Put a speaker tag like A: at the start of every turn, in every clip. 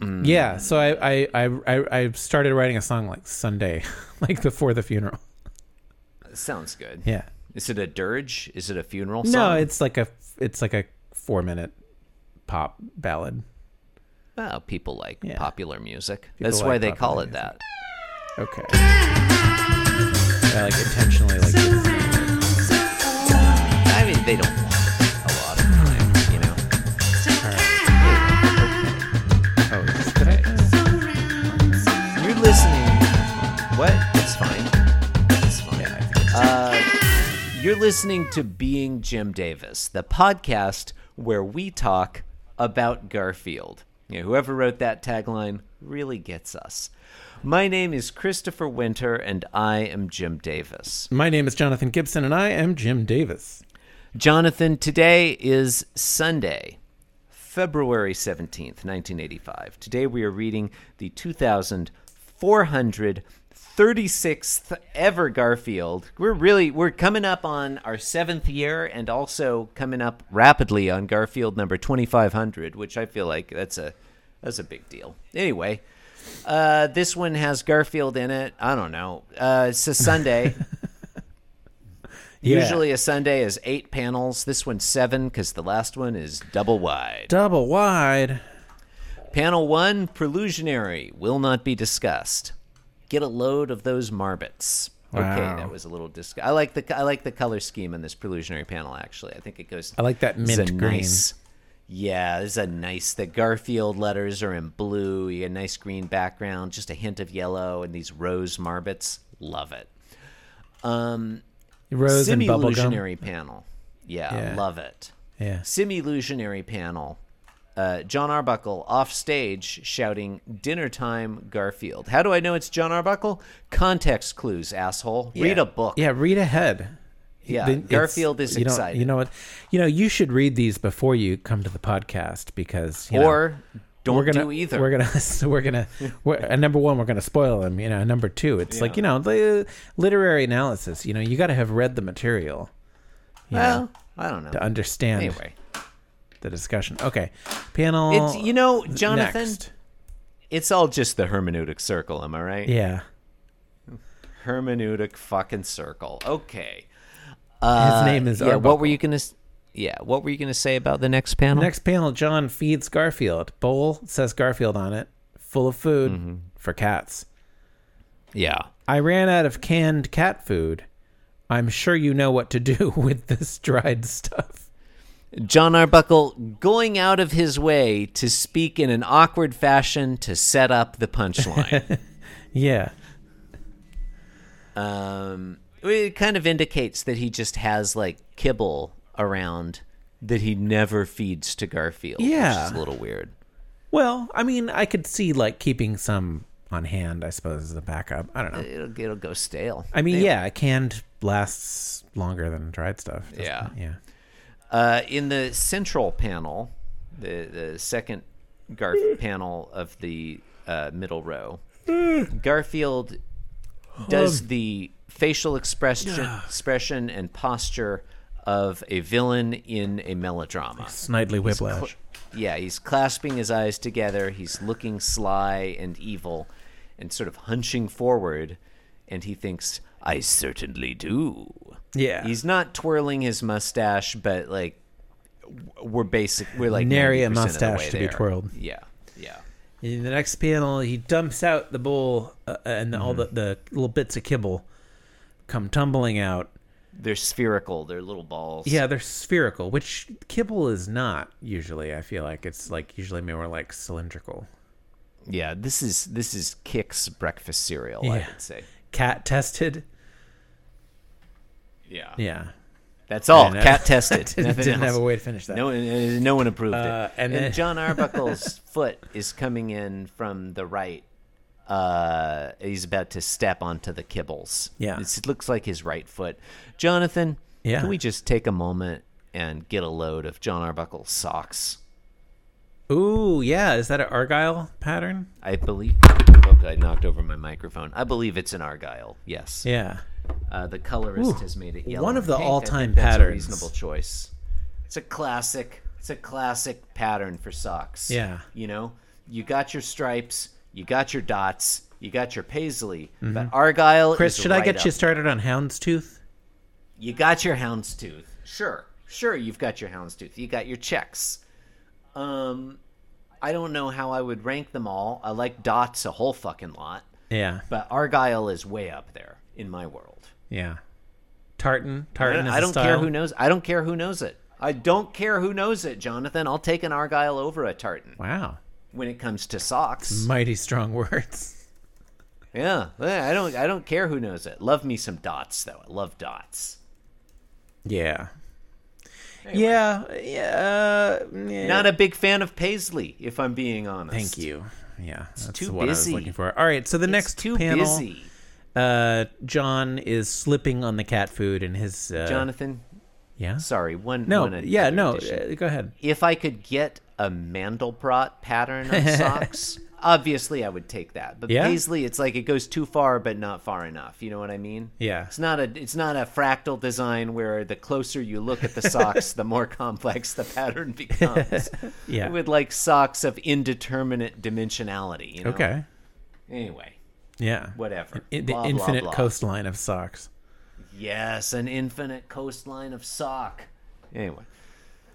A: Hmm.
B: Yeah, so I I, I I I started writing a song like Sunday, like before the funeral.
A: Sounds good.
B: Yeah.
A: Is it a dirge? Is it a funeral song?
B: No, it's like a it's like a four minute pop ballad.
A: Well, people like
B: Yeah.
A: popular music.
B: People
A: That's
B: like
A: why they
B: popular
A: call it
B: music.
A: that.
B: Okay. I like intentionally like
A: I mean, they don't want a lot of time, you know.
B: oh, is that-
A: You're listening. What? It's fine. It's fine. uh, you're listening to Being Jim Davis, the podcast where we talk about Garfield. You know, whoever wrote that tagline really gets us. My name is Christopher Winter, and I am Jim Davis.
B: My name is Jonathan Gibson and I am Jim Davis.
A: Jonathan, today is Sunday, February 17th, 1985. Today we are reading the 2436th ever Garfield. We're really we're coming up on our 7th year and also coming up rapidly on Garfield number 2500, which I feel like that's a that's a big deal. Anyway, uh, this one has Garfield in it. I don't know. Uh, it's a Sunday.
B: Yeah.
A: Usually a Sunday is eight panels. This one's seven because the last one is double wide.
B: double wide.
A: Panel one, prelusionary, will not be discussed. Get a load of those marbits.
B: Wow.
A: Okay, that was a little disc. I like the I like the color scheme in this prelusionary panel. Actually, I think it goes.
B: I like that
A: it's a
B: mint green.
A: Nice, yeah, it's a nice. The Garfield letters are in blue. You get a nice green background, just a hint of yellow, and these rose marbits. Love it.
B: Rose and bubble gum.
A: Semi-illusionary panel. Yeah,
B: Yeah.
A: love it.
B: Yeah.
A: Semi-illusionary panel. Uh, John Arbuckle off stage shouting "Dinner time, Garfield." How do I know it's John Arbuckle? Context clues, asshole. Read a book.
B: Yeah, read ahead.
A: Yeah,
B: Then it's-
A: Garfield is
B: you don't-
A: excited.
B: You know what? You know, you should read these before you come to the podcast because you know,
A: or don't
B: we're gonna
A: do either.
B: we're gonna so we're gonna we're, and number one we're gonna spoil them you know and number two it's like you know the literary analysis you know you got to have read the material you know,
A: well, I don't know.
B: to understand
A: Anyway,
B: the discussion okay panel
A: it's you know, Jonathan.
B: next.
A: It's all just the hermeneutic circle. Am I right?
B: yeah
A: Hermeneutic fucking circle. Okay.
B: his
A: Uh,
B: name is
A: yeah. What were
B: Arbuckle.
A: you gonna? s- Yeah. What were you gonna say about the next panel?
B: next panel John feeds Garfield bowl says Garfield on it full of food
A: Mm-hmm.
B: for cats
A: Yeah.
B: I ran out of canned cat food I'm sure you know what to do with this dried stuff
A: John Arbuckle going out of his way to speak in an awkward fashion to set up the punchline.
B: yeah
A: um, it kind of indicates that he just has like kibble around that he never feeds to Garfield.
B: Yeah.
A: Which is a little weird.
B: Well, I mean, I could see like keeping some on hand, I suppose, as a backup. I don't know.
A: It'll, it'll go stale.
B: I mean, yeah, canned lasts longer than dried stuff. doesn't
A: Yeah.
B: it? Yeah.
A: Uh, in the central panel, the, the second Garf panel of the uh, middle row, Garfield does the facial expression, expression and posture of a villain in a melodrama.
B: Snidely whiplash.
A: Yeah, he's clasping his eyes together. He's looking sly and evil and sort of hunching forward. And he thinks, I certainly do.
B: Yeah.
A: He's not twirling his mustache, but like, w- we're basic. We're like
B: Nary a
A: 90% of the
B: mustache
A: way
B: to be
A: there.
B: twirled.
A: Yeah. Yeah.
B: In the next panel, he dumps out the bowl uh, and all the, the little bits of kibble come tumbling out.
A: They're spherical. They're little balls.
B: Yeah, they're spherical, which kibble is not usually. I feel like it's like usually more like cylindrical.
A: Yeah. This is this is Kix breakfast cereal. I
B: Yeah.
A: would say.
B: Cat tested.
A: Yeah.
B: Yeah.
A: That's all.
B: And, uh,
A: Cat tested.
B: Didn't,
A: Nothing
B: didn't have
A: else.
B: a way to finish that.
A: No one, uh, no one approved
B: Uh,
A: it.
B: and
A: And,
B: then-
A: John Arbuckle's foot is coming in from the right. Uh, he's about to step onto the kibbles.
B: Yeah.
A: It's- it looks like his right foot. Jonathan,
B: Yeah.
A: can we just take a moment and get a load of John Arbuckle's socks?
B: Ooh, yeah. Is that an argyle pattern?
A: I believe. Okay, I knocked over my microphone. I believe it's an argyle. Yes.
B: Yeah.
A: Uh, the colorist
B: Ooh.
A: has made it yellow.
B: One of
A: and
B: the
A: pink. I
B: all-time
A: think that's a
B: patterns.
A: reasonable choice. It's a classic. It's a classic pattern for socks.
B: Yeah.
A: You know, you got your stripes, you got your dots, you got your paisley, but Argyle.
B: Mm-hmm. Chris,
A: is
B: should I
A: right
B: get you
A: up
B: started on houndstooth?
A: you got your houndstooth. Sure, sure, you've got your houndstooth. You got your checks. Um, I don't know how I would rank them all. I like dots a whole fucking lot,
B: Yeah,
A: but Argyle is way up there in my world.
B: yeah. Tartan,
A: I
B: tartan.
A: don't,
B: is
A: I
B: a
A: don't care
B: style.
A: who knows. I don't care who knows it. I don't care who knows it, Jonathan. I'll take an Argyle over a tartan
B: Wow,
A: when it comes to socks.
B: mighty strong words.
A: Yeah, yeah, I don't. I don't care who knows it. Love me some dots though. I love dots.
B: Yeah. Yeah, yeah, uh, yeah.
A: Not a big fan of paisley, if I'm being honest.
B: Thank you. Yeah, that's
A: too
B: what I
A: busy.
B: was looking for. All right, so the
A: It's
B: next
A: too
B: panel,
A: busy.
B: uh, John is slipping on the cat food, and his uh,
A: Jonathan,
B: Yeah.
A: sorry, one.
B: No.
A: one
B: Yeah.
A: other
B: No.
A: addition.
B: Uh, go ahead.
A: If I could get a Mandelbrot pattern of socks, obviously I would take that. But
B: Yeah?
A: paisley, it's like it goes too far, but not far enough. You know what I mean?
B: Yeah.
A: It's not a. It's not a fractal design where the closer you look at the socks, the more complex the pattern becomes.
B: Yeah.
A: I would like socks of indeterminate dimensionality. You know?
B: okay.
A: Anyway,
B: Yeah.
A: whatever.
B: I- the
A: Blah, blah,
B: infinite
A: blah.
B: coastline of socks.
A: Yes, an infinite coastline of sock. Anyway.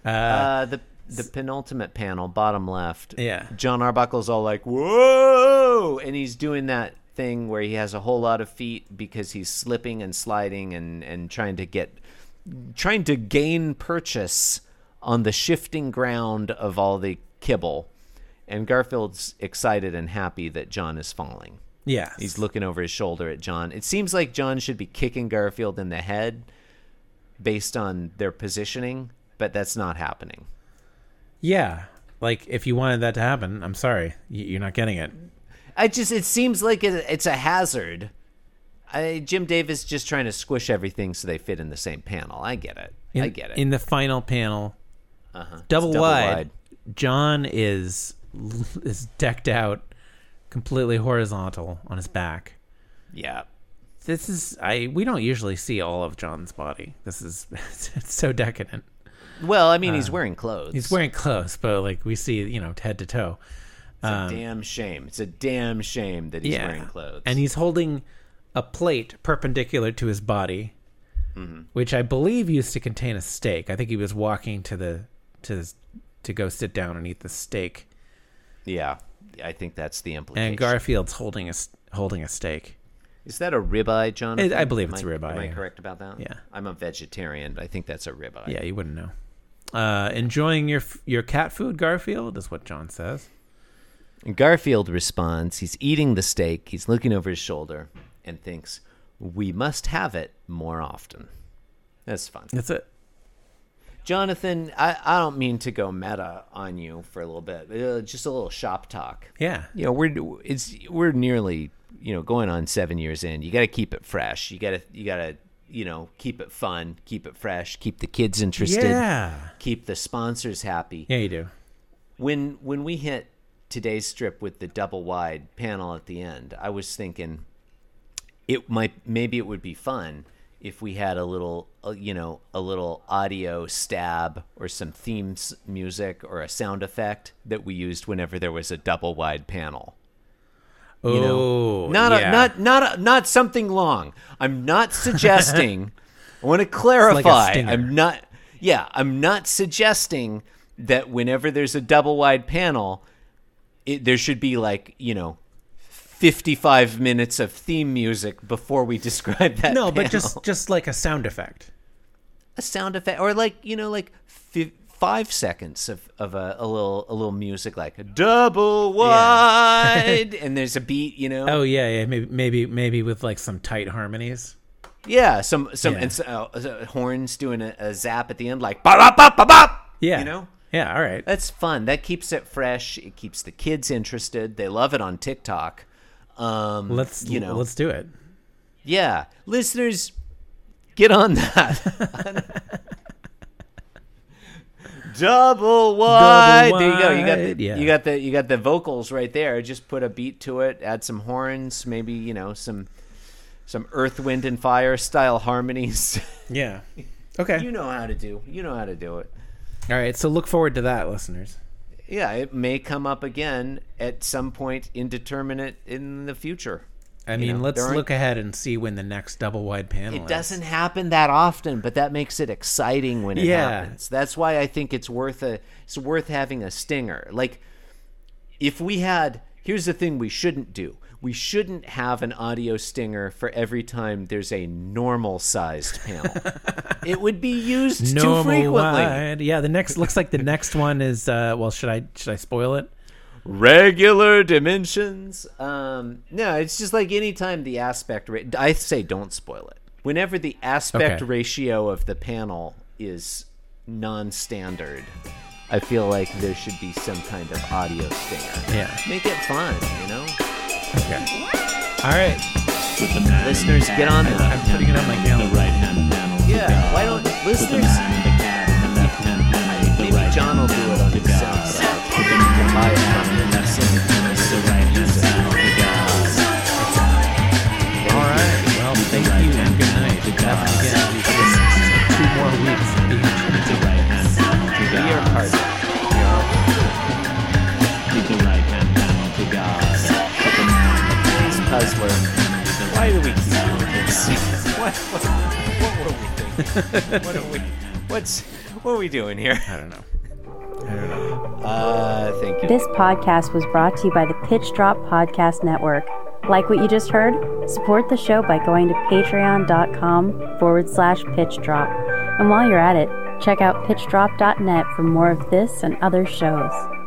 A: Uh, the the penultimate panel, bottom left.
B: Yeah.
A: John Arbuckle's all like, "Whoa!" and he's doing that thing where he has a whole lot of feet because he's slipping and sliding and and trying to get trying to gain purchase on the shifting ground of all the kibble. And Garfield's excited and happy that John is falling.
B: Yeah.
A: He's looking over his shoulder at John. It seems like John should be kicking Garfield in the head based on their positioning, but that's not happening.
B: yeah. Like if you wanted that to happen, I'm sorry, you, you're not getting it.
A: I just it seems like it, it's a hazard. I, Jim Davis just trying to squish everything so they fit in the same panel. I get it.
B: In,
A: I get it.
B: In the final panel,
A: uh-huh.
B: double,
A: It's double
B: wide,
A: wide.
B: John is is decked out, completely horizontal on his back.
A: Yeah.
B: This is I. We don't usually see all of John's body. This is it's so decadent.
A: Well, I mean, he's wearing clothes.
B: Uh, He's wearing clothes, but like we see, you know, head to toe.
A: damn shame. It's a damn shame that he's
B: yeah.
A: wearing clothes.
B: And he's holding a plate perpendicular to his body,
A: Mm-hmm.
B: which I believe used to contain a steak. I think he was walking to the to the, to go sit down and eat the steak.
A: yeah, I think that's the implication.
B: And Garfield's holding a s- holding a steak.
A: Is that a ribeye, Jonathan?
B: I believe it's
A: Am I-
B: a ribeye,
A: Am I
B: yeah.
A: correct about that?
B: Yeah.
A: I'm a vegetarian. but I think that's a ribeye.
B: Yeah, you wouldn't know. Uh, enjoying your f- your cat food, Garfield, is what John says.
A: And Garfield responds. He's eating the steak. He's looking over his shoulder and thinks, "We must have it more often." That's fun.
B: That's it.
A: Jonathan, I, I don't mean to go meta on you for a little bit. Uh, just a little shop talk.
B: Yeah,
A: you know we're it's we're nearly you know going on seven years in you got to keep it fresh you got to you got to you know keep it fun keep it fresh keep the kids interested
B: Yeah.
A: keep the sponsors happy
B: yeah, you do.
A: when when we hit today's strip with the double wide panel at the end i was thinking it might maybe it would be fun if we had a little uh, you know a little audio stab or some themes music or a sound effect that we used whenever there was a double wide panel
B: Oh,
A: you know? not
B: yeah.
A: a, not not a, not something long. I'm not suggesting. I want to clarify.
B: stinger.
A: I'm not. Yeah, I'm not suggesting that whenever there's a double wide panel, it, there should be like you know. 55 minutes of theme music before we describe that
B: no, but
A: panel.
B: just just like a sound effect.
A: a sound effect or like you know like fi- five seconds of, of a, a little a little music like double wide and there's a beat you know
B: Oh yeah, yeah. Maybe maybe maybe with like some tight harmonies.
A: Yeah, some some
B: Yeah.
A: and so, uh, uh, horns doing a, a zap at the end, like ba ba ba ba ba.
B: Yeah.
A: you know Uh,
B: Yeah. All right.
A: that's fun. That keeps it fresh. It keeps the kids interested. They love it on TikTok. Um,
B: Let's
A: you know,
B: Let's do it.
A: yeah, listeners, get on that. Double wide. There you go. You got
B: wide,
A: the,
B: yeah.
A: you got the you got the vocals right there. Just put a beat to it. Add some horns. Maybe you know some some Earth, Wind, and Fire style harmonies.
B: Yeah. Okay.
A: You know how to do. You know how to do it.
B: All right. So look forward to that, listeners.
A: Yeah, it may come up again at some point indeterminate in the future.
B: I
A: You
B: mean,
A: know,
B: let's
A: there aren't-
B: look ahead and see when the next double wide panel
A: It
B: is.
A: doesn't happen that often, but that makes it exciting when it
B: Yeah.
A: happens. That's why I think it's worth a it's worth having a stinger. Like if we had here's the thing we shouldn't do. We shouldn't have an audio stinger for every time there's a normal sized panel. it would be used too
B: Normal
A: frequently.
B: wide. Yeah, the next looks like the next one is. Uh, well, should I should I spoil it?
A: regular dimensions. Um, no, it's just like anytime the aspect. Ra- I say don't spoil it. Whenever the aspect
B: Okay.
A: ratio of the panel is non-standard, I feel like there should be some kind of audio stinger.
B: Yeah.
A: Make it fun, you know.
B: Okay. All right.
A: Listeners, get on that.
B: I'm putting it on my calendar.
C: right hand panel.
A: Yeah. Why don't listeners? Maybe John will do it on his sound.
B: All right. Well, thank you and good night. Have us again. in Two more weeks.
A: We are part of it. We are Please, Puzzler. Why do we keep doing this? What, what, what were we thinking? what are we? What's what are we doing here?
B: I don't know. I don't know.
A: Uh, thank you.
D: This podcast was brought to you by the Pitch Drop Podcast Network. Like what you just heard? Support the show by going to patreon.com forward slash pitch drop. And while you're at it, check out pitchdrop.net for more of this and other shows.